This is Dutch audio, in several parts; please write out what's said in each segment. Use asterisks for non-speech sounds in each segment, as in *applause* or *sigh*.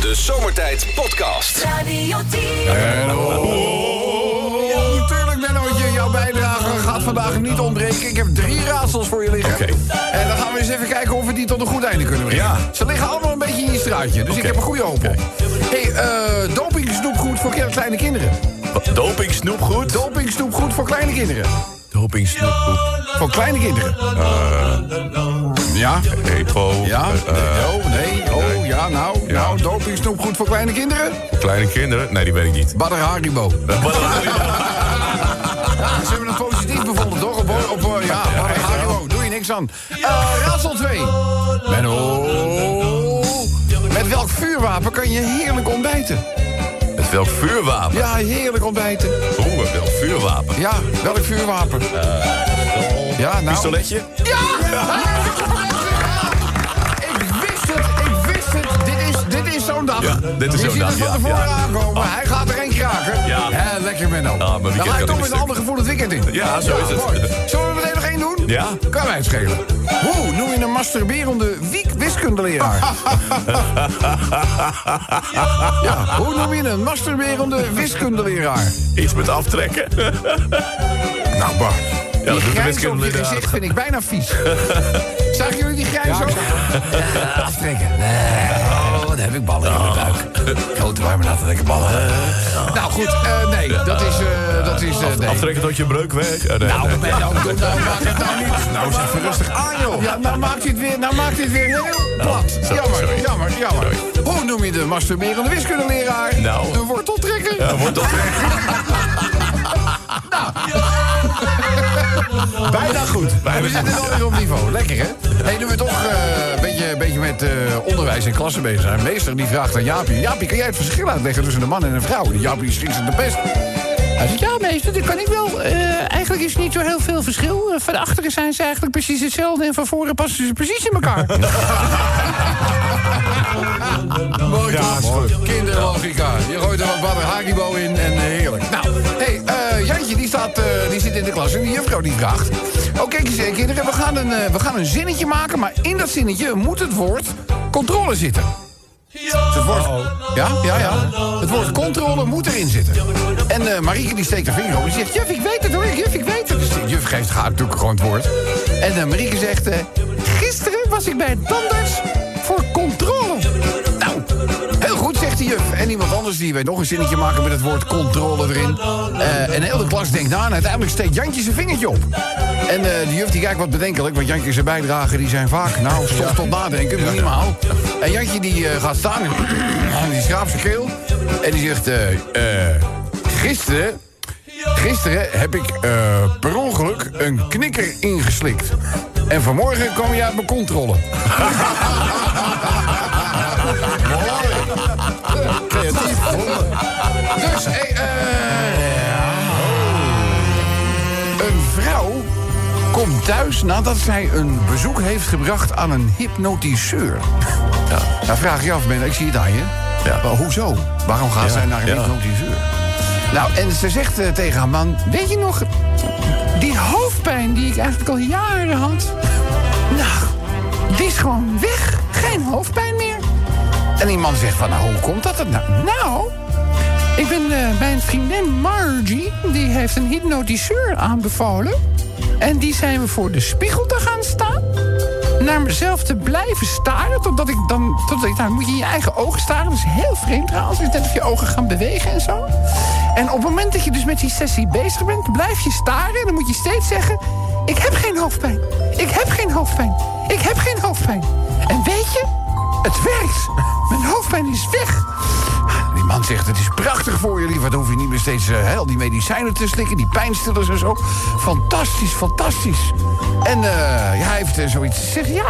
de Zomertijd Podcast. Radio 10. Oh, natuurlijk, Mennootje. Jouw bijdrage gaat vandaag niet ontbreken. Ik heb drie raadsels voor je liggen. Oké. En dan gaan we eens even kijken of we die tot een goed einde kunnen brengen. Ja. Ze liggen allemaal een beetje in je straatje, dus ik Oké. heb een goede hoop op. hey, eh doping is snoepgoed voor ke- kleine kinderen. Doping snoepgoed? Doping is snoepgoed voor kleine kinderen. Doping snoepgoed. Voor kleine kinderen. ja. Repo. Ja, eh, eh, nee, oh, nee, oh, ja, nou, Ja. nou, doping is snoepgoed voor kleine kinderen? kleine kinderen? Nee, die weet ik niet. Badder Haribo. Ja, ze hebben het positief bevonden, toch? Op, op, op- ja, maar ja, doe je niks aan. Eh raadsel 2. Menno. Met welk vuurwapen kan je heerlijk ontbijten? Met welk vuurwapen? Ja, heerlijk ontbijten. Oeh, met welk vuurwapen? Ja, welk vuurwapen? Eh, ja, nou. Pistoletje? Ik wist het, ik wist het. Dit is, dit is zo'n dag. Ja, dit is je zo'n ziet dag, het van ja, tevoren ja. Ah. aankomen. Hij gaat er één kraken. Ja. Ah, Hè, lekker Menno. maar weekend Dan ga kan je in toch een met een stuk. ander gevoel het weekend in. Ja, zo is het. mooi. Zullen we er meteen nog één doen? Ja. Kan mij het schelen. Hoe noem je een masturberende wiek- wiskundeleraar? ja, hoe noem je een masturberende wiskundeleraar? Iets met aftrekken? Nou, bah. dat doet de die grijns op je wiskundeleraar. gezicht vind ik bijna *laughs* vies. Zagen jullie die grijns ook? aftrekken. Oh, wat heb ik ballen in mijn buik. Grote warme laten lekker ballen. Nou goed, eh, nee, dat is... eh, dat is eh, nee. *laughs* Aftrekken tot je breuk weg? Eh, nee, nee. Nou, nee, nou, doe- nou, maak het nou niet. Nou, zeg even rustig aan, joh. Ja, nou maakt dit weer, nou maakt dit weer heel plat. sorry, jammer, sorry. jammer, jammer. Hoe noem je de masturberende wiskundeleraar? Nou. Een worteltrekker. Ja, wordt *laughs* dat Nou, Bijna goed. Bijna we zitten wel weer op niveau. Lekker, hè? Hey, nu we toch eh, een, beetje, een beetje met eh, onderwijs en klassen bezig zijn. Meester die vraagt aan Jaapie... Jaapie, kan jij het verschil uitleggen tussen een man en een vrouw? En Jaapie schiet ze de best. Hij zegt, ja meester, dat kan ik wel. Eh, eigenlijk is er niet zo heel veel verschil. Eh, van achteren zijn ze eigenlijk precies hetzelfde... en van voren passen ze precies in *laughs* elkaar. Mooi ja, Kinderlogica. Je gooit er wat Badder Haribo in en eh, heerlijk. Nou, hé, hey, Jantje die, staat, eh, die zit in de klas en die juffrouw die vraagt... Oh, kijk eens, eh, kinderen, we gaan, een, eh, we gaan een zinnetje maken... maar in dat zinnetje moet het woord controle zitten. Dus het woord, ja, ja, ja. Het woord controle moet erin zitten. En eh, Marieke die steekt haar vinger op en zegt... Juf, ik weet het hoor, juf, ik weet het. Dus de juf geeft haar natuurlijk gewoon het woord. En eh, Marieke zegt... eh, Gisteren was ik bij het tandarts voor controle. Nou, heel goed, zegt de juf. En iemand anders die weet nog een zinnetje maken met het woord controle erin. Eh, en heel de klas denkt na en uiteindelijk steekt Jantje zijn vingertje op. En eh, de juf die kijkt wat bedenkelijk, want Jantje zijn bijdragen die zijn vaak, nou, stof tot nadenken, minimaal. En Jantje die eh, gaat staan en, en die schraapt zijn keel. En die zegt, eh, eh, gisteren, gisteren heb ik eh, per ongeluk een knikker ingeslikt. En vanmorgen kwam je uit mijn controle. Creatief gevonden. *laughs* Dus, eh, eh, ja. een vrouw komt thuis nadat zij een bezoek heeft gebracht aan een hypnotiseur. Ja. Nou vraag je af, Ben, ik zie het aan je. Ja. Maar hoezo? Waarom gaat zij naar een ja. hypnotiseur? Nou, en ze zegt eh, tegen haar man... Weet je nog, die hoofdpijn die ik eigenlijk al jaren had... Nou, die is gewoon weg. Geen hoofdpijn meer. En die man zegt van, nou, hoe komt dat het nou? nou, ik ben eh, bij een vriendin Margie... die heeft een hypnotiseur aanbevolen. En die zijn we voor de spiegel te gaan staan... naar mezelf te blijven staren, totdat ik dan... Totdat ik, nou, moet je in je eigen ogen staren, dat is heel vreemd trouwens. Het is net of je ogen gaan bewegen en zo. En op het moment dat je dus met die sessie bezig bent... blijf je staren en dan moet je steeds zeggen... ik heb geen hoofdpijn, ik heb geen hoofdpijn, ik heb geen hoofdpijn. En weet je, het werkt. Mijn hoofdpijn is weg. Nou, Die man zegt, het is prachtig voor jullie. Wat hoef je niet meer steeds eh, hè, al die medicijnen te slikken, die pijnstillers en zo. Fantastisch, fantastisch. En eh, ja, hij heeft eh, zoiets te zeggen. Ja,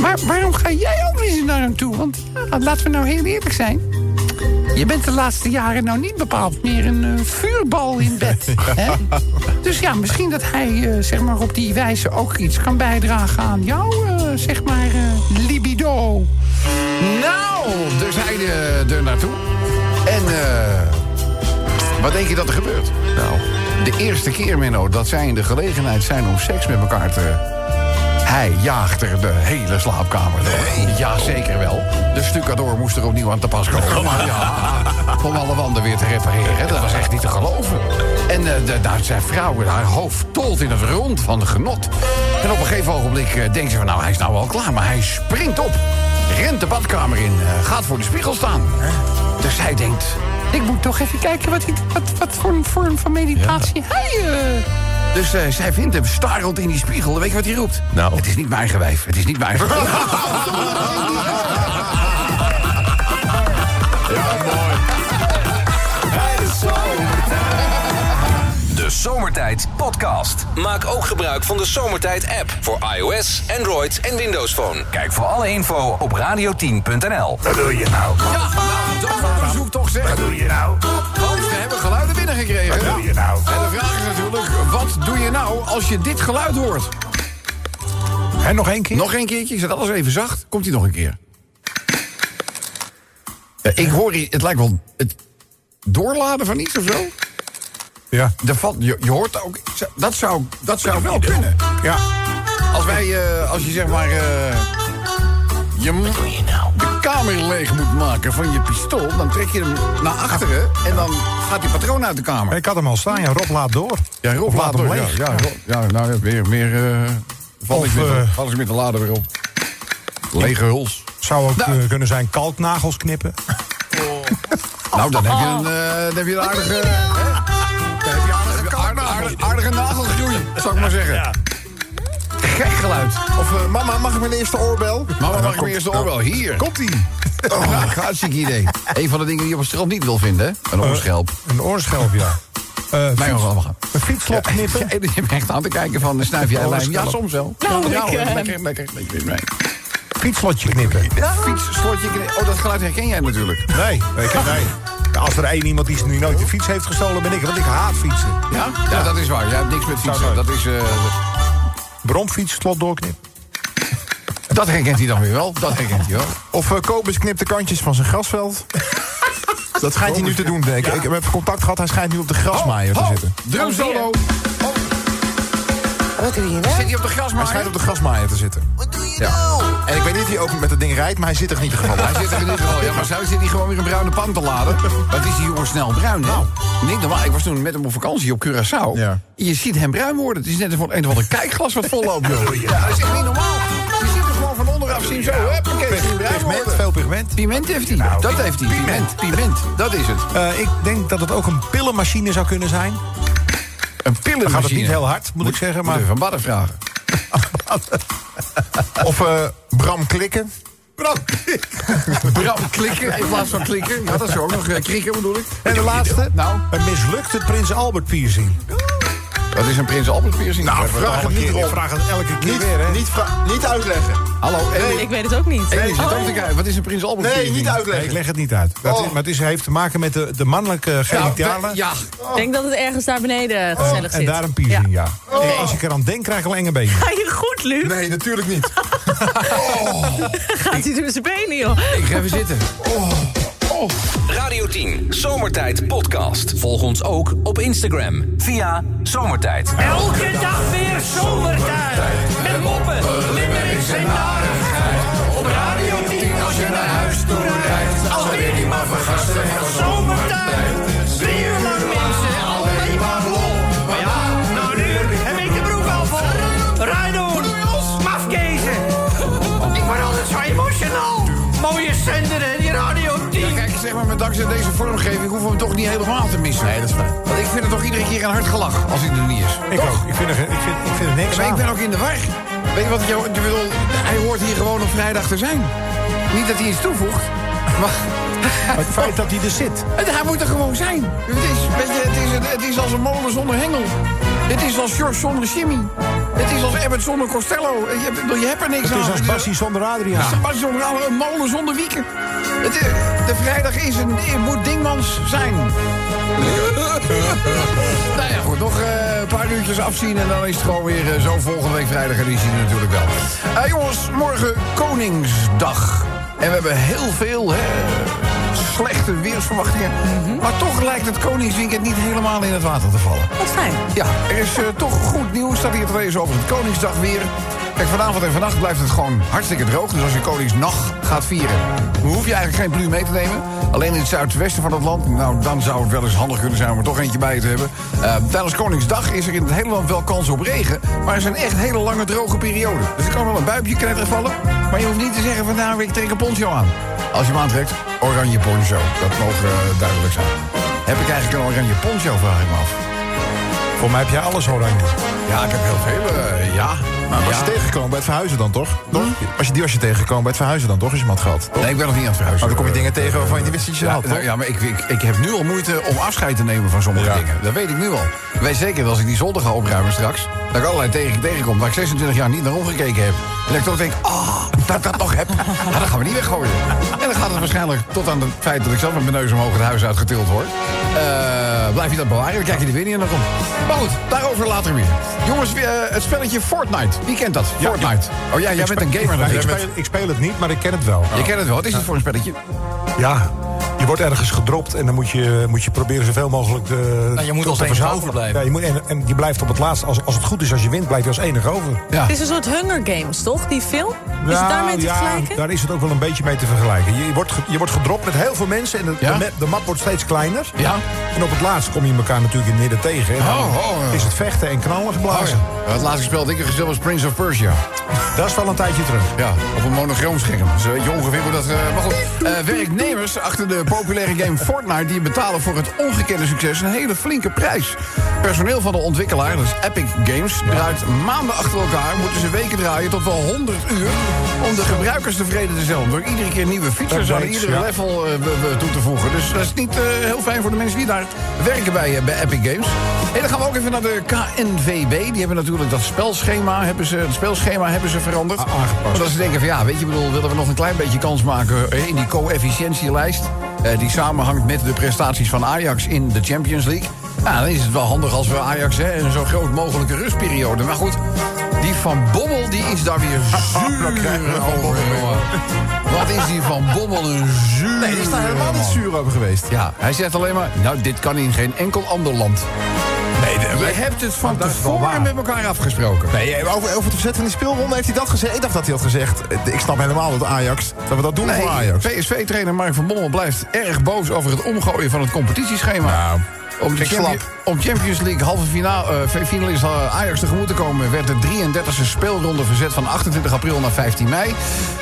Maar waarom ga jij ook niet naar hem toe? Want ja, laten we nou heel eerlijk zijn. Je bent de laatste jaren nou niet bepaald meer een eh, vuurbal in bed. Hè? Dus ja, misschien dat hij eh, zeg maar op die wijze ook iets kan bijdragen aan jouw eh, zeg maar eh, libido. nou, dus hij eh, er naartoe. En eh, wat denk je dat er gebeurt? Nou, de eerste keer, Menno, dat zij in de gelegenheid zijn om seks met elkaar te... Hij jaagt er de hele slaapkamer door. Ja, zeker wel. De stucador moest er opnieuw aan te pas komen. Ja, om alle wanden weer te repareren. Dat was echt niet te geloven. En eh, de- daar zijn vrouwen, haar hoofd tolt in het rond van genot. En op een gegeven ogenblik eh, denkt ze van... nou, hij is nou wel klaar, maar hij springt op. Rent de badkamer in, eh, gaat voor de spiegel staan. Dus hij denkt... Ik moet toch even kijken wat, hij, wat, wat voor een vorm van meditatie hij... eh, Dus eh, zij vindt hem starend in die spiegel. Weet je wat hij roept? Nou. Het is niet mijn gewijf. Het is niet mijn gewijf. De Zomertijd Podcast. Maak ook gebruik van de Zomertijd app voor iOS, Android en Windows Phone. Kijk voor alle info op radio10.nl. Wat doe je nou? Ja, nou, dat was een zoektocht zeg. Wat doe je nou? Want we hebben geluiden binnengekregen. Wat doe je nou? En de vraag is natuurlijk, wat doe je nou als je dit geluid hoort? En nog één keer? Nog een keertje, ik zet alles even zacht. Komt hij nog een keer. Eh, ik hoor hier, het lijkt wel het doorladen van iets of zo. Ja. Er valt- je, je hoort ook, dat zou, dat zou wel kunnen. Ja. Als wij, eh, als je zeg maar... eh, je m- de kamer leeg moet maken van je pistool... dan trek je hem naar achteren en dan gaat die patroon uit de kamer. Ik had hem al staan. Ja, Rob laat door. Ja, Rob, Of laat hem hem leeg. Ja, ja, Rob, ja, nou, ja, weer, meer eh val Of, ik met, de- eh, val ik met de lader weer op. Lege huls. Zou ook Nou. eh, kunnen zijn kalknagels knippen. Nou, dan heb je een, eh, dan heb je een aardige... hè? Dan heb je aardige, aardige, aardige, aardige nagelgroei, zou ik maar zeggen. Gek geluid. Of eh, mama, mag ik mijn eerste oorbel? Mama, mag ik mijn eerste oorbel? Hier. Komt-ie. *laughs* Oh, hartstikke idee. Een van de dingen die je op het strand niet wil vinden, hè? een oorschelp. Een oorschelp, ja. Eh Mij nog allemaal gaan. een fietslok *laughs* knippen. Je bent echt aan te kijken van, snuif jij Oh, lijm? Ja, oorschelp. soms wel. Nou, ja, ik, hoor, eh, lekker, lekker, lekker. Nee. Fietslotje knippen. Fietsslotje. kne- Oh, dat geluid herken jij natuurlijk. Nee, nee, ik- nee. Als er één iemand is die nooit de fiets heeft gestolen, ben ik. Want ik haat fietsen. Ja? Ja, dat is waar. Jij hebt niks met fietsen. Zou Dat, is, eh, Bromfiets, slot doorknippen. dat herkent hij dan weer wel. Dat herkent hij wel. Of eh Kobus knipt de kantjes van zijn *laughs* grasveld. Dat schijnt hij nu te doen. Ik, ik heb even contact gehad. Hij schijnt nu op de grasmaaier Oh, te zitten. Drum solo. Oh. Wat doe je Zit hij op de Hij grasmaaier? schijnt op de grasmaaier te zitten. Ja. En ik weet niet of hij ook met dat ding rijdt, maar hij zit er niet in ieder geval. Hij zit er in ieder geval. Ja, maar zou zit hij gewoon weer een bruine pan te laden? Wat is die jongen snel bruin, hè? Niet normaal. Ik was toen met hem op vakantie op Curaçao. Ja. Je ziet hem bruin worden. Het is net een, een of ander kijkglas wat vol loopt, joh. *laughs* Ja, dat is echt niet normaal. Je ziet hem gewoon van onderaf zien zo. Huppakee, zien bruin Pigment, worden. Nou, veel pigment. Piment heeft hij. dat heeft hij. Piment. Piment. Dat is het. Eh, ik denk dat het ook een pillenmachine zou kunnen zijn. Een pillenmachine. Dan gaat het niet heel hard, moet ik zeggen. Maar Moeten we van Badden vragen. Of eh, Bram Klikken. Bram klikken in plaats van klikken. Ja, dat is ook nog. eh, Krieken bedoel ik. En de laatste? Nou. Een mislukte Prins Albert Nou, piercing. Dat is een Prins Albert piercing. Nou, Dat hebben we vraag al het een niet keer. erop. Vraag het elke keer Niet, weer, hè? niet, vra- niet uitleggen. Hallo, Ellie. Ik weet het ook niet. Ellie zit Oh. ook te kijken. Wat is een Prins Albert Nee, piercing? niet Nee, ik uitleggen. leg het niet uit. Dat Oh. is- maar het is, heeft te maken met de, de mannelijke Ja, genitalen. we- ja. Ik denk dat het ergens daar beneden gezellig En zit. daar een piercing, ja. Oh. Eh, Als ik eraan denk, krijg ik al enge benen. Ga je goed, Luc? Nee, natuurlijk niet. Gaat hij door zijn benen, joh. Ik ga even zitten. Radio 10, Zomertijd Podcast. Volg ons ook op Instagram via Zomertijd. Elke dag weer zomertijd. Met moppen, limmerings en narigheid. Op Radio 10 als je naar huis toe rijdt. Alweer die maar vergasten van zomertijd. Drie uur lang mensen, alleen maar lol. Maar ja, na een uur heb ik de broek al vol. Rijd door, mafkezen. Ik word altijd zo emotional. Mooie zender en die Radio 10. Kijk, zeg maar, met dankzij deze vormgeving hoeven we hem toch niet helemaal te missen. Nee, dat is waar. Want ik vind het toch iedere keer een hard gelach als hij er niet is. Ik Oh. ook. Ik vind er, ik vind, ik vind er niks Maar ik aan. ben ook in de war. Weet je wat ik jou... ik bedoel, hij hoort hier gewoon op vrijdag te zijn. Niet dat hij iets toevoegt, maar... Het feit dat hij er zit. Het- Hij moet er gewoon zijn. Het is, weet je, het is, het, is als een molen zonder hengel. Het is als George zonder Jimmy. Het is als Abbott zonder Costello. Je, hebt- ik bedoel, je hebt er niks Het aan. is als Bassie zonder Het is Adriaan. een Bassie zonder alle- nou, een molen zonder wieken. Het, is- de vrijdag is een, moet Dingmans zijn. nou ja, goed. Nog eh, een paar uurtjes afzien en dan is het gewoon weer eh, zo volgende week vrijdag. En die zien we natuurlijk wel. Eh, jongens, morgen Koningsdag. En we hebben heel veel hè, slechte weersverwachtingen. Maar toch lijkt het Koningsweekend niet helemaal in het water te vallen. Wat fijn. Ja, er is eh, toch goed nieuws. Staat hier te lezen over het Koningsdag weer. Kijk, vanavond en vannacht blijft het gewoon hartstikke droog. Dus als je Koningsnacht gaat vieren, dan hoef je eigenlijk geen pluie mee te nemen. Alleen in het zuidwesten van het land, nou dan zou het wel eens handig kunnen zijn om er toch eentje bij te hebben. Eh, tijdens Koningsdag is er in het hele land wel kans op regen. Maar er zijn echt hele lange droge perioden. Dus er kan wel een buipje knetteren vallen. Maar je hoeft niet te zeggen van nou, ik trek een poncho aan. Als je hem aantrekt, oranje poncho. Dat mogen eh, duidelijk zijn. Heb ik eigenlijk een oranje poncho, vraag ik me af. Voor mij heb jij alles oranje. Ja, ik heb heel veel, eh, ja. Maar was ja. je tegengekomen bij het verhuizen dan, toch? Hm? Toch? Als je die was je tegengekomen bij het verhuizen dan, toch? Als je hem had gehad. Eh, Maar Nee, ik ben nog niet aan het verhuizen. Oh, dan kom je Eh, dingen tegen waarvan je niet wist dat je ze Ja, had, nou toch? ja, maar ik, ik, ik heb nu al moeite om afscheid te nemen van sommige Ja. dingen. Dat weet ik nu al. Ik weet zeker dat als ik die zolder ga opruimen straks... dat ik allerlei tegen, tegenkom waar ik 26 jaar niet naar omgekeken heb. En dat ik toch denk, ah, dat ik dat nog *laughs* heb. Ja, dat gaan we niet weggooien. En dan gaat het waarschijnlijk tot aan het feit dat ik zelf met mijn neus omhoog het huis uitgetild word. Eh, blijf je dat bewaren, dan krijg je de winning en dan komt. Maar goed, daarover later weer. Jongens, eh, het spelletje Fortnite. Wie kent dat? Fortnite. Oh ja, jij bent een gamer Ik, natuurlijk. speel, ik speel het niet, maar ik ken het wel. Je kent het wel. Wat is het voor een spelletje? Ja, je wordt ergens gedropt en dan moet je, moet je proberen zoveel mogelijk eh je moet tot als te enige verzamelen. overblijven. Ja, je moet, en, en je blijft op het laatst, als, als het goed is als je wint, blijf je als enige over. Ja. Het is een soort Hunger Games, toch? Die film? Is het daarmee te ja, vergelijken? daar is het ook wel een beetje mee te vergelijken. Je, je wordt, ge- je wordt gedropt met heel veel mensen en de, Ja? de, map, de map wordt steeds kleiner. Ja. En op het laatst kom je elkaar natuurlijk in het midden tegen. En dan Oh, oh, ja. is het vechten en knallen Oh geblazen. ja. Het laatste spel dat ik heb gespeeld was Prince of Persia. Dat is wel een tijdje terug. Ja, op een monogramscherm. Dus eh, weet je ongeveer hoe dat... eh, maar *laughs* goed, Eh, werknemers achter de populaire game Fortnite... die betalen voor het ongekende succes een hele flinke prijs. Personeel van de ontwikkelaar, dat is Epic Games... draait maanden achter elkaar, moeten ze weken draaien tot wel 100 uur... om de gebruikers tevreden te stellen. Door iedere keer nieuwe features aan Updates, iedere ja. level eh, we- we toe te voegen. Dus dat is niet eh, heel fijn voor de mensen die daar werken bij, eh, bij Epic Games. En dan gaan we ook even naar de KNVB. Die hebben natuurlijk dat spelschema hebben ze, het spelschema hebben ze veranderd. aangepast. Dat ze denken van ja, weet je, ik bedoel, willen we nog een klein beetje kans maken eh, in die co-efficiëntielijst. eh, die samenhangt met de prestaties van Ajax in de Champions League. Nou, dan is het wel handig als we Ajax hè, een zo groot mogelijke rustperiode. Maar goed, die Van Bommel die is daar *laughs* weer zuur over. jongen. Wat is die Van Bommel een zuur Nee, die is daar helemaal niet zuur over geweest. Ja, hij zegt alleen maar, nou, dit kan in geen enkel ander land. Nee, Nou, de- Je hebt het van dat is wel tevoren waar. met elkaar afgesproken. Nee, eh, over, over het verzet van die speelronde heeft hij dat gezegd. Ik dacht dat hij had gezegd. eh, Ik snap helemaal dat Ajax. Dat we dat doen voor Ajax. PSV-trainer Mark van Bommel blijft erg boos over het omgooien van het competitieschema. Nou, om, de ik Champions- om Champions League halve finale, finalist eh, Ajax tegemoet te komen... werd de 33e speelronde verzet van 28 april naar 15 mei.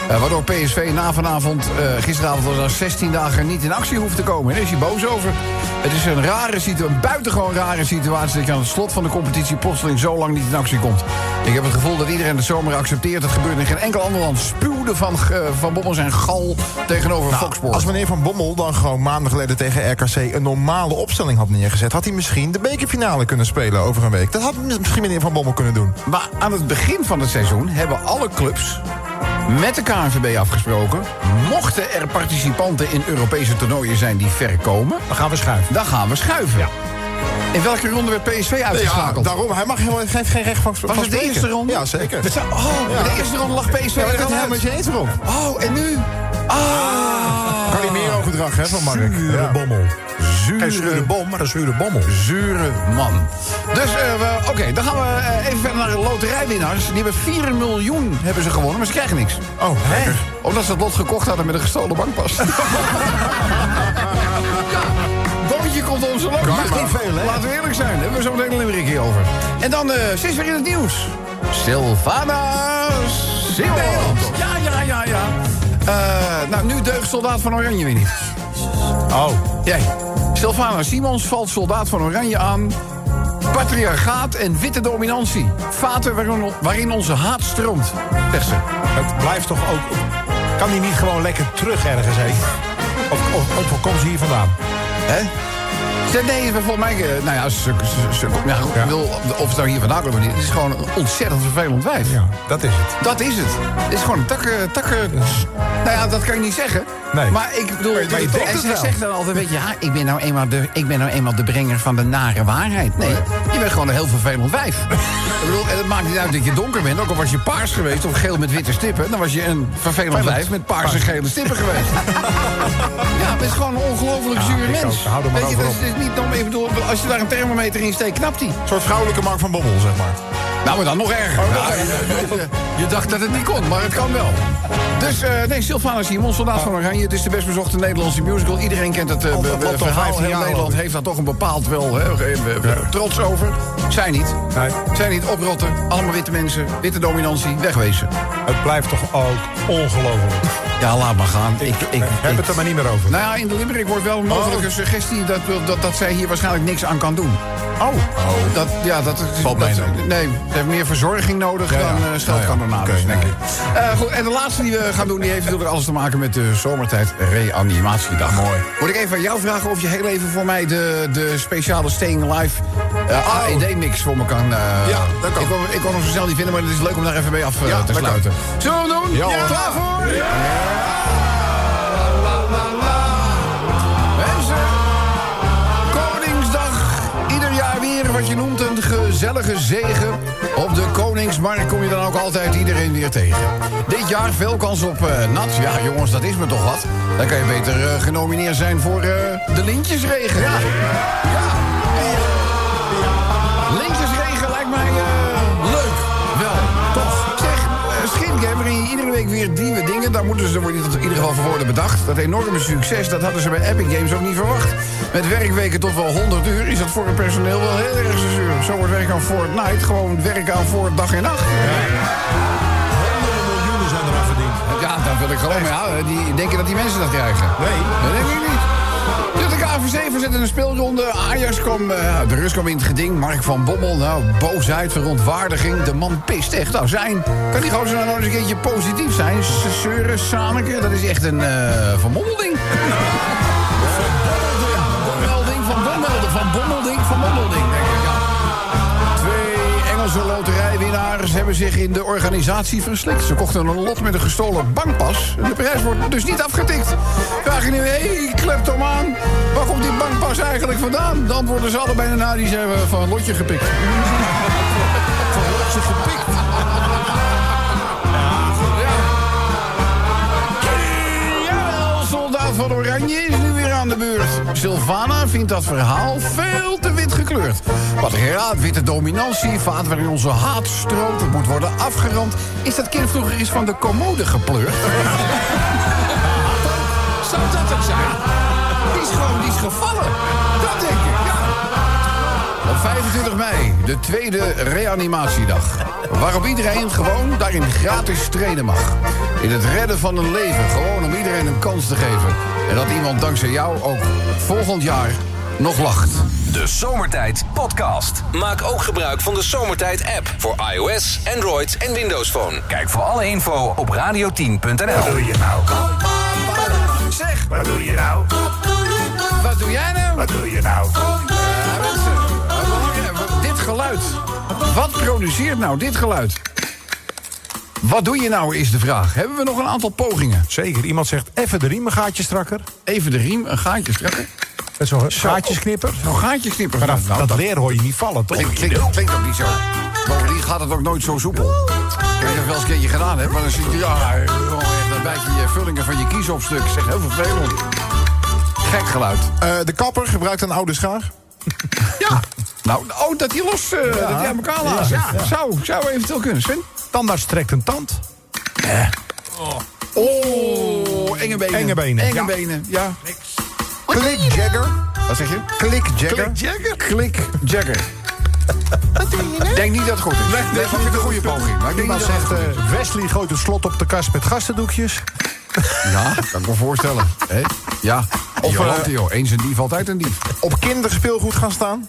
Eh, waardoor PSV na vanavond, eh, gisteravond al na 16 dagen... niet in actie hoeft te komen. En daar is hij boos over. Het is een rare situatie, een buitengewoon rare situatie... dat je aan het slot van de competitie plotseling zo lang niet in actie komt. Ik heb het gevoel dat iedereen de zomer accepteert. Het gebeurt in geen enkel ander land. Spuwde van, eh, van Bommel zijn gal tegenover Nou, Fox Sports. als meneer Van Bommel dan gewoon maanden geleden tegen RKC... een normale opstelling had neergezet... had hij misschien de bekerfinale kunnen spelen over een week. Dat had misschien meneer Van Bommel kunnen doen. Maar aan het begin van het seizoen hebben alle clubs met de KNVB afgesproken... mochten er participanten in Europese toernooien zijn die ver komen... Dan gaan we schuiven. dan gaan we schuiven. In welke ronde werd PSV Ja, uitgeschakeld? daarom. Hij mag helemaal, hij heeft geen recht van, Was van het de spreken. eerste ronde? Ja, zeker. Dat zou- oh, de eerste ronde lag PSV Ja, maar ik ben het er al helemaal uit. met je eens erop. Oh, en nu? Ah! Calimero-gedrag, hè, van Mark. Zure Ja. bommel. Geen Zure, zure bom, maar een zure bommel. zure man. Dus, eh, we- oké, dan gaan we eh, even verder naar de loterijwinnaars. Die hebben 4 miljoen hebben ze gewonnen, maar ze krijgen niks. Oh, lekker. Omdat ze het lot gekocht hadden met een gestolen bankpas. ja, boontje komt onze land. Mag niet veel, hè? Laten we eerlijk zijn, daar hebben we zo meteen een limerick hier over. En dan, eh ze is weer in het nieuws. Sylvana Simons. Ja, ja, ja, ja. Eh, nou, nu deugt Soldaat van Oranje weer niet. Oh. Jij. Sylvana Simons valt Soldaat van Oranje aan... Patriarchaat en witte dominantie. Vaten waarin, waarin onze haat stroomt, zegt ze. Het blijft toch ook... Kan die niet gewoon lekker terug ergens heen? Of, of, of komt ze hier vandaan? Hè? Ze- Nee, volgens mij... eh, Nou ja, ze, ze- ze- ja, goed, ik bedoel, of het nou hier vandaan komt of niet... het is gewoon een ontzettend vervelend wijf. Ja, dat is het. Dat is het. Het is gewoon een takken... takken nou ja, dat kan je niet zeggen. Nee. Maar ik bedoel... Maar je denkt en het zij wel. zegt dan altijd, weet je... Ja, ik ben, nou eenmaal de, ik ben nou eenmaal de brenger van de nare waarheid. Nee, je bent gewoon een heel vervelend wijf. *laughs* ik bedoel, en het maakt niet uit dat je donker bent. Ook al was je paars geweest of geel met witte stippen... dan was je een vervelend wijf met paars en gele stippen *laughs* geweest. ja, het is gewoon een ongelooflijk zuur ik mens. ook. Hou er maar weet je, over dat is, op. dat is niet... om- Ik bedoel, als je daar een thermometer in steekt, knapt hij. Een soort vrouwelijke Mark van Bommel, zeg maar. Nou, maar dan nog erger. Nou, je, *laughs* je- je dacht dat het niet kon, maar het kan wel. Dus, eh, nee, Sylvana Simon, soldaat van Oranje. Het is de best bezochte Nederlandse musical. Iedereen kent het eh, Al- be- dat be- loopt al verhaal. 15 Heel jaar, Nederland geloof ik. heeft daar toch een bepaald wel hè, eh, we- we- trots over. Zij niet. Nee. Zij niet oprotten. Allemaal witte mensen. Witte dominantie. Wegwezen. Het blijft toch ook ongelooflijk. Ja, laat maar gaan. Ik, ik, Heb het er maar niet meer over. Nou ja, in de Limburg wordt wel Oh. mogelijk een suggestie dat, dat, dat zij hier waarschijnlijk niks aan kan doen. Oh, Dat, ja, dat is... Valt dat, mij nou. Nee, ze heeft meer verzorging nodig Ja, ja. dan uh, Ja, ja. scheldkanonades, Oké, denk nou. ik. Eh, goed, en de laatste die we gaan doen, die heeft natuurlijk alles te maken met de zomertijd reanimatiedag. Mooi. Moet ik even aan jou vragen of je heel even voor mij de, de speciale Staying Live eh, AED-mix voor me kan... eh, Oh. dat kan. Ik kon, ik kon hem zo snel niet vinden, maar het is leuk om daar even mee af eh, Ja, te dat kan. sluiten. Zullen we hem doen? Ja. Klaar voor? Mensen, Koningsdag. Ieder jaar weer wat je noemt een gezellige zegen. Op de Koningsmarkt kom je dan ook altijd iedereen weer tegen. Dit jaar veel kans op eh, nat. Ja, jongens, dat is me toch wat. Dan kan je beter eh, genomineerd zijn voor eh, de lintjesregen. Ja. Lintjesregen lijkt mij eh, leuk. Wel, toch. Zeg, eh, Schinkje, waarin je iedere week weer nieuwe dingen... daar moeten ze er in ieder geval voor worden bedacht. Dat enorme succes, dat hadden ze bij Epic Games ook niet verwacht. Met werkweken tot wel 100 uur is dat voor het personeel wel heel erg zuur. Zo wordt werk aan Fortnite gewoon werk aan voor dag en nacht. miljoenen zijn eraan verdiend. Ja, daar wil ik gewoon mee houden. Die denken dat die mensen dat krijgen. Nee. Dat denk ik niet. Dus de KVC verzet in een speelronde. Ajax kwam, eh, de Rus kwam in het geding. Mark van Bommel, nou, boosheid, verontwaardiging. De man pist echt. Nou, zijn. Kan die gozer nou nooit eens een keertje positief zijn? S- Seuren, Saneke, dat is echt een eh vermommelding. Bommelding, van Bommelding, van Bommelding, van Bommelding, denk ik. Ja. Twee Engelse loterijwinnaars hebben zich in de organisatie verslikt. Ze kochten een lot met een gestolen bankpas. De prijs wordt dus niet afgetikt. Vraag je nu, hé, hey, kleptomaan, waar komt die bankpas eigenlijk vandaan? De antwoorden ze allebei daarna, die zijn we van een lotje gepikt. van een lotje gepikt? Jawel, soldaat van Oranje is nu weer aan de beurt. Sylvana vindt dat verhaal veel te wit gekleurd. Wat raad, witte dominantie, vaat waarin onze haat stroomt. Het moet worden afgerond. Is dat kind vroeger eens van de commode gepleurd? *laughs* Zou dat het zijn? Die is gewoon, die is gevallen. Dat denk ik, ja. Op 25 mei, de tweede reanimatiedag. Waarop iedereen gewoon daarin gratis trainen mag. In het redden van een leven, gewoon om iedereen een kans te geven. En dat iemand dankzij jou ook volgend jaar nog lacht. De Zomertijd Podcast. Maak ook gebruik van de Zomertijd app voor iOS, Android en Windows Phone. Kijk voor alle info op radio10.nl. doe je nou? Zeg, Wat doe je nou? wat doe jij nou? Wat doe je nou? Ja, mensen, wat horen we? dit geluid. Wat produceert nou dit geluid? Wat doe je nou, is de vraag. Hebben we nog een aantal pogingen? Zeker, iemand zegt even de riemengaatje strakker. Even de riem, een gaatje strakken. Met zo'n gaatjesknipper. Zo'n gaatje knippen. Nou, Maar dat, dat leer hoor je niet vallen, toch? Klinkt, klinkt, klinkt ook niet zo. Bovendien gaat het ook nooit zo soepel. Ik heb het wel eens een keertje gedaan, hè? Maar dan zit je, ja, gewoon echt, dan bijt je je vullingen van je kies op stuk. Zeg, heel vervelend. Gek geluid. Eh, de kapper gebruikt een oude schaar. Ja. Nou, oh, dat die los, eh, dat die aan elkaar laat. Ja, Zou, zou eventueel kunnen, Sven. Tandarts trekt een tand. Oh, enge benen. Enge benen, Enge ja. benen, ja. Klik Jagger. Wat zeg je? Klik Jagger. Jagger? Klik Jagger. Denk niet dat het goed is. Nee, dat is een goede poging. Maar ik denk Iemand dat het zegt goed is. eh, Wesley gooit het slot op de kast met gastendoekjes. Ja, kan ik me voorstellen. Hè? Ja. Of eh, Jolante, joh. Eens een dief, altijd een dief. Op kinderspeelgoed gaan staan.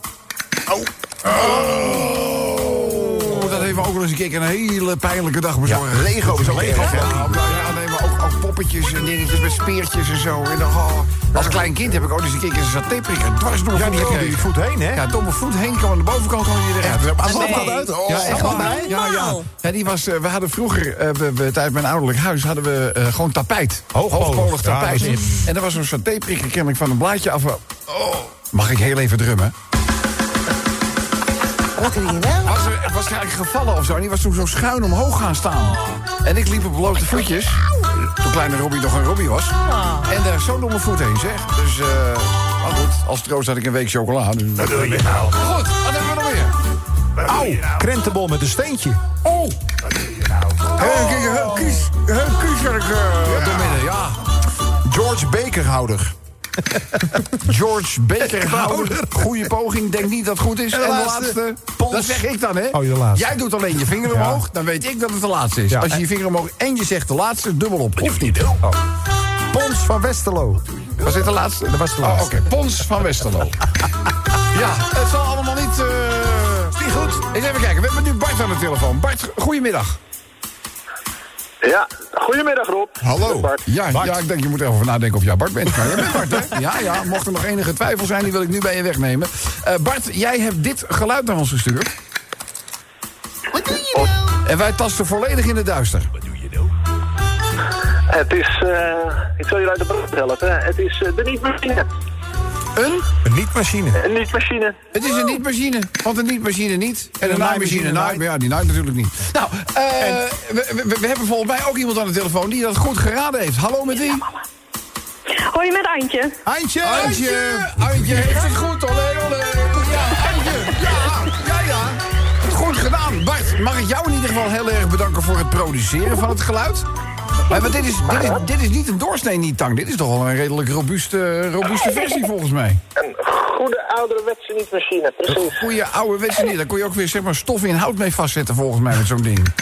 Oh, dat heeft me ook wel eens een keer een hele pijnlijke dag bezorgd. Ja, Lego is ook erg, hè? Ja, nou ja, nee, maar ook, ook poppetjes en dingetjes met speertjes en zo. En dan, oh. Als klein kind heb ik ook eens een keer een satéprikker dwars door mijn Ja, die heb je Oh. voet door je gekregen. voet heen, hè? Ja, door mijn voet heen kwam aan de bovenkant kwam je eruit. Als dat Nee. gaat uit. Oh, Ja, echt oh, waar. nee. Ja, ja. ja die was, eh, we hadden vroeger, eh, we- we- tijdens mijn ouderlijk huis, hadden we eh, gewoon tapijt. Hoogpolig. Hoogpolig Ja, tapijt. dat is hip. en er was zo'n satéprikker kennelijk van een blaadje af. Oh, mag ik heel even drummen? Wat doe je nou? Was er was hij eigenlijk gevallen of zo. En die was toen zo schuin omhoog gaan staan. En ik liep op blote voetjes. Toen kleine Robbie nog een Robbie was. En daar zo door mijn voet heen, zeg. Dus, eh, maar goed, als troost had ik een week chocola. Dus... Wat doe je nou? Goed, wat hebben we nog meer? Au, krentenbol met een steentje. Oh! Hé, kijk, heel kies. Heel kieswerk. eh, door midden, ja. George Bakerhouder. George Bakerhouder. Goeie poging, denk niet dat het goed is. En de laatste, laatste, dat zeg ik dan, hè? Oh, de laatste. Jij doet alleen je vinger omhoog, dan weet ik dat het de laatste is. Ja, Als je en- je vinger omhoog en je zegt de laatste, dubbel op. Of niet? Pons van Westerlo. Was dit de laatste? Dat was de Oh, Oké, laatste. Pons van Westerlo. ja, het zal allemaal niet... eh, is niet goed. Eens even kijken, we hebben nu Bart aan de telefoon. Bart, goedemiddag. Ja, goedemiddag Rob. Hallo. Bart. Ja, ja, ik denk je moet er even over nadenken of jij Bart bent. Maar jij bent Bart, hè? Ja, ja. *laughs* Mocht er nog enige twijfel zijn, die wil ik nu bij je wegnemen. Eh, Bart, jij hebt dit geluid naar ons gestuurd. Oh. En wij tasten volledig in het duister. Het is, eh, ik zal jullie uit de brand helpen. Het is eh, de niet-machine. Een? Een niet-machine. Een niet-machine. Het is een niet-machine. Want een niet-machine niet. En Oh. een een naaimachine naaimachine naait. naait. Maar ja, die naait natuurlijk niet. Nou, eh, we, we, we hebben volgens mij ook iemand aan de telefoon die dat goed geraden heeft. Hallo met wie? Hoi, met Antje. Eindje. Antje! Antje heeft het goed, olé, olé. Ja, Antje. Ja, ja, ja. Goed gedaan. Bart, mag ik jou in ieder geval heel erg bedanken voor het produceren van het geluid? Maar, maar dit, is, dit, is, dit is niet een doorsnee niet-tang. Dit is toch wel een redelijk robuuste, Oh, robuuste versie volgens mij. Een goede ouderwetse niet-machine, precies. Goeie oude niet. Daar kon je ook weer zeg maar, stof in hout mee vastzetten volgens mij met zo'n ding.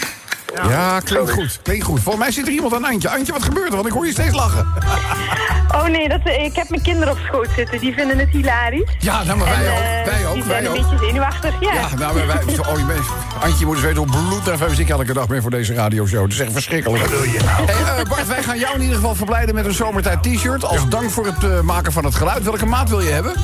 Ja, klinkt goed. Klinkt goed. Volgens mij zit er iemand aan Antje. Antje, wat gebeurt er? Want ik hoor je steeds lachen. Oh nee, dat, ik heb mijn kinderen op schoot zitten. Die vinden het hilarisch. Ja, nou, maar En, wij eh, ook. Wij Die ook, zijn wij een ook. beetje zenuwachtig, ja. Ja, nou, maar wij, zo, oh, je bent, Antje, je moet eens weten hoe bloednerveus ik elke dag ben voor deze radioshow. Dat is echt verschrikkelijk. nou? Hey, eh, Bart, wij gaan jou in ieder geval verblijden met een zomertijd t-shirt. Als dank voor het eh, maken van het geluid. Welke maat wil je hebben?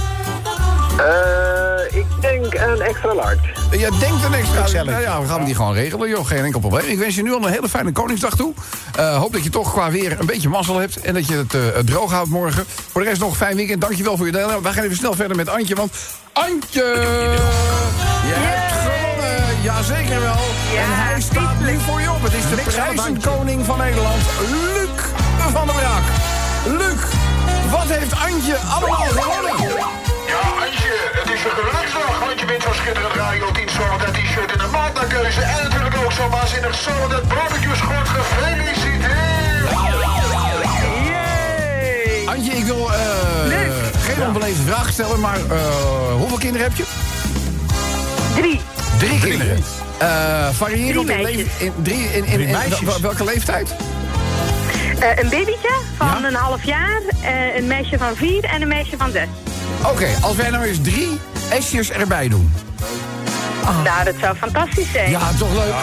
Eh, ik denk een extra large. Eh, Jij denkt een extra. XL. Nou ja, we gaan die gewoon regelen, joh. Geen enkel probleem. Ik wens je nu al een hele fijne Koningsdag toe. Eh, hoop dat je toch qua weer een beetje mazzel hebt. En dat je het, eh, het droog houdt morgen. Voor de rest nog een fijn weekend. Dankjewel voor je deelname. Wij gaan even snel verder met Antje. Want Antje! Je hebt gewonnen! Jazeker wel. en hij staat nu voor je op. Het is de prijzenkoning van Nederland. Luc van der Braak. Luc, wat heeft Antje allemaal gewonnen? Ja, Antje, het is een geluksdag, want je bent van schitterend Radio 10 Zomertijd T-shirt in de maat naar keuze. En natuurlijk ook zo waanzinnig Zomertijd Barbecue Schort. Gefeliciteerd! Antje, ik wil eh, geen onbeleefde vraag stellen, maar eh, hoeveel kinderen heb je? Drie. Drie kinderen. Eh variërend Drie in, meisjes. leef- in, drie, in, in, in meisjes. wel- welke leeftijd? Eh, een babytje van Ja? een half jaar, eh, een meisje van vier en een meisje van zes. Oké, als wij nou eens drie S'jes erbij doen. Nou, dat zou fantastisch zijn. Ah. Ja, toch leuk?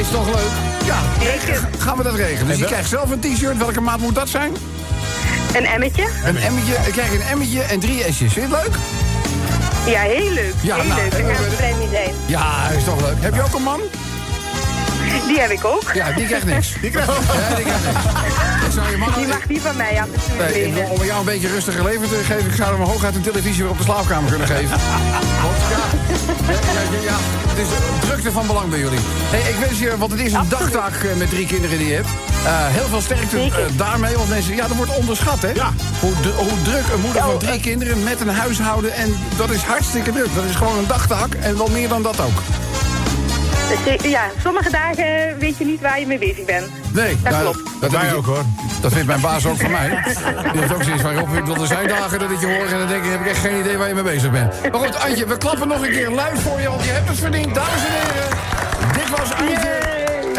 Is toch leuk? Ja, Zeker. g- gaan we dat regelen. Dus je krijgt zelf een t-shirt. Welke maat moet dat zijn? Een emmetje? Een emmetje. Ik krijg een emmetje en drie S'jes. Vind je het leuk? Ja, heel leuk. Ja, heel nou, leuk. Dat eh, kan eh, een premie zijn. Ja, is toch leuk. Heb je ook een man? Die heb ik ook. Ja, die krijgt niks. Die krijgt niks. die krijgt niks. *laughs* Ik zou je man Die mag niet van mij af en toe Nee, lenen. om- om jou een beetje rustiger leven te geven, ik zou hem hooguit een televisie weer op de slaapkamer kunnen geven. Want ja, ja, ja, ja, ja, het is drukte van belang bij jullie. Hey, ik wens je, want het is een dagtaak eh, met drie kinderen die je hebt. Eh, heel veel sterkte eh, daarmee, want mensen, ja, eh. dat wordt onderschat, hè? Hoe, dru- hoe druk een moeder van drie kinderen met een huishouden, en dat is hartstikke druk. Dat is gewoon een dagtaak en wel meer dan dat ook. Dus, eh, Ja, sommige dagen weet je niet waar je mee bezig bent. Nee, Dat nou, klopt. Dat, Wij heb ik- ook hoor. dat vindt mijn baas ook van mij. Die heeft ook zoiets van, Rob, ik bedoel, er zijn dagen dat ik je hoor... en dan denk ik, heb ik echt geen idee waar je mee bezig bent. Maar goed, Antje, we klappen nog een keer luid voor je... want je hebt het verdiend, dames en heren. Dit was Antje.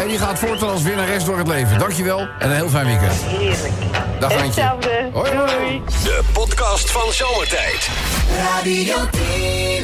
En die gaat voortaan als winnares door het leven. Dankjewel en een heel fijn weekend. Heerlijk. Dag Antje. Hetzelfde. Hoi, hoi. Doei. De podcast van Zomertijd. Radio 10.